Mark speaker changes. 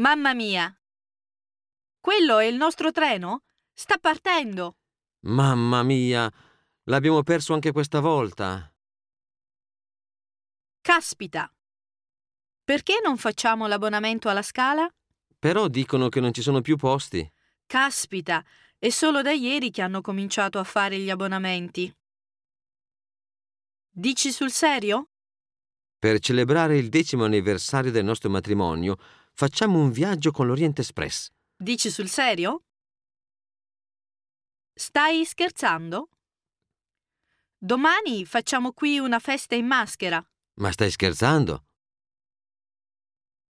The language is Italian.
Speaker 1: Mamma mia! Quello è il nostro treno? Sta partendo!
Speaker 2: Mamma mia, l'abbiamo perso anche questa volta.
Speaker 1: Caspita! Perché non facciamo l'abbonamento alla scala?
Speaker 2: Però dicono che non ci sono più posti.
Speaker 1: Caspita! È solo da ieri che hanno cominciato a fare gli abbonamenti. Dici sul serio?
Speaker 2: Per celebrare il decimo anniversario del nostro matrimonio, facciamo un viaggio con l'Oriente Express.
Speaker 1: Dici sul serio? Stai scherzando? Domani facciamo qui una festa in maschera.
Speaker 2: Ma stai scherzando?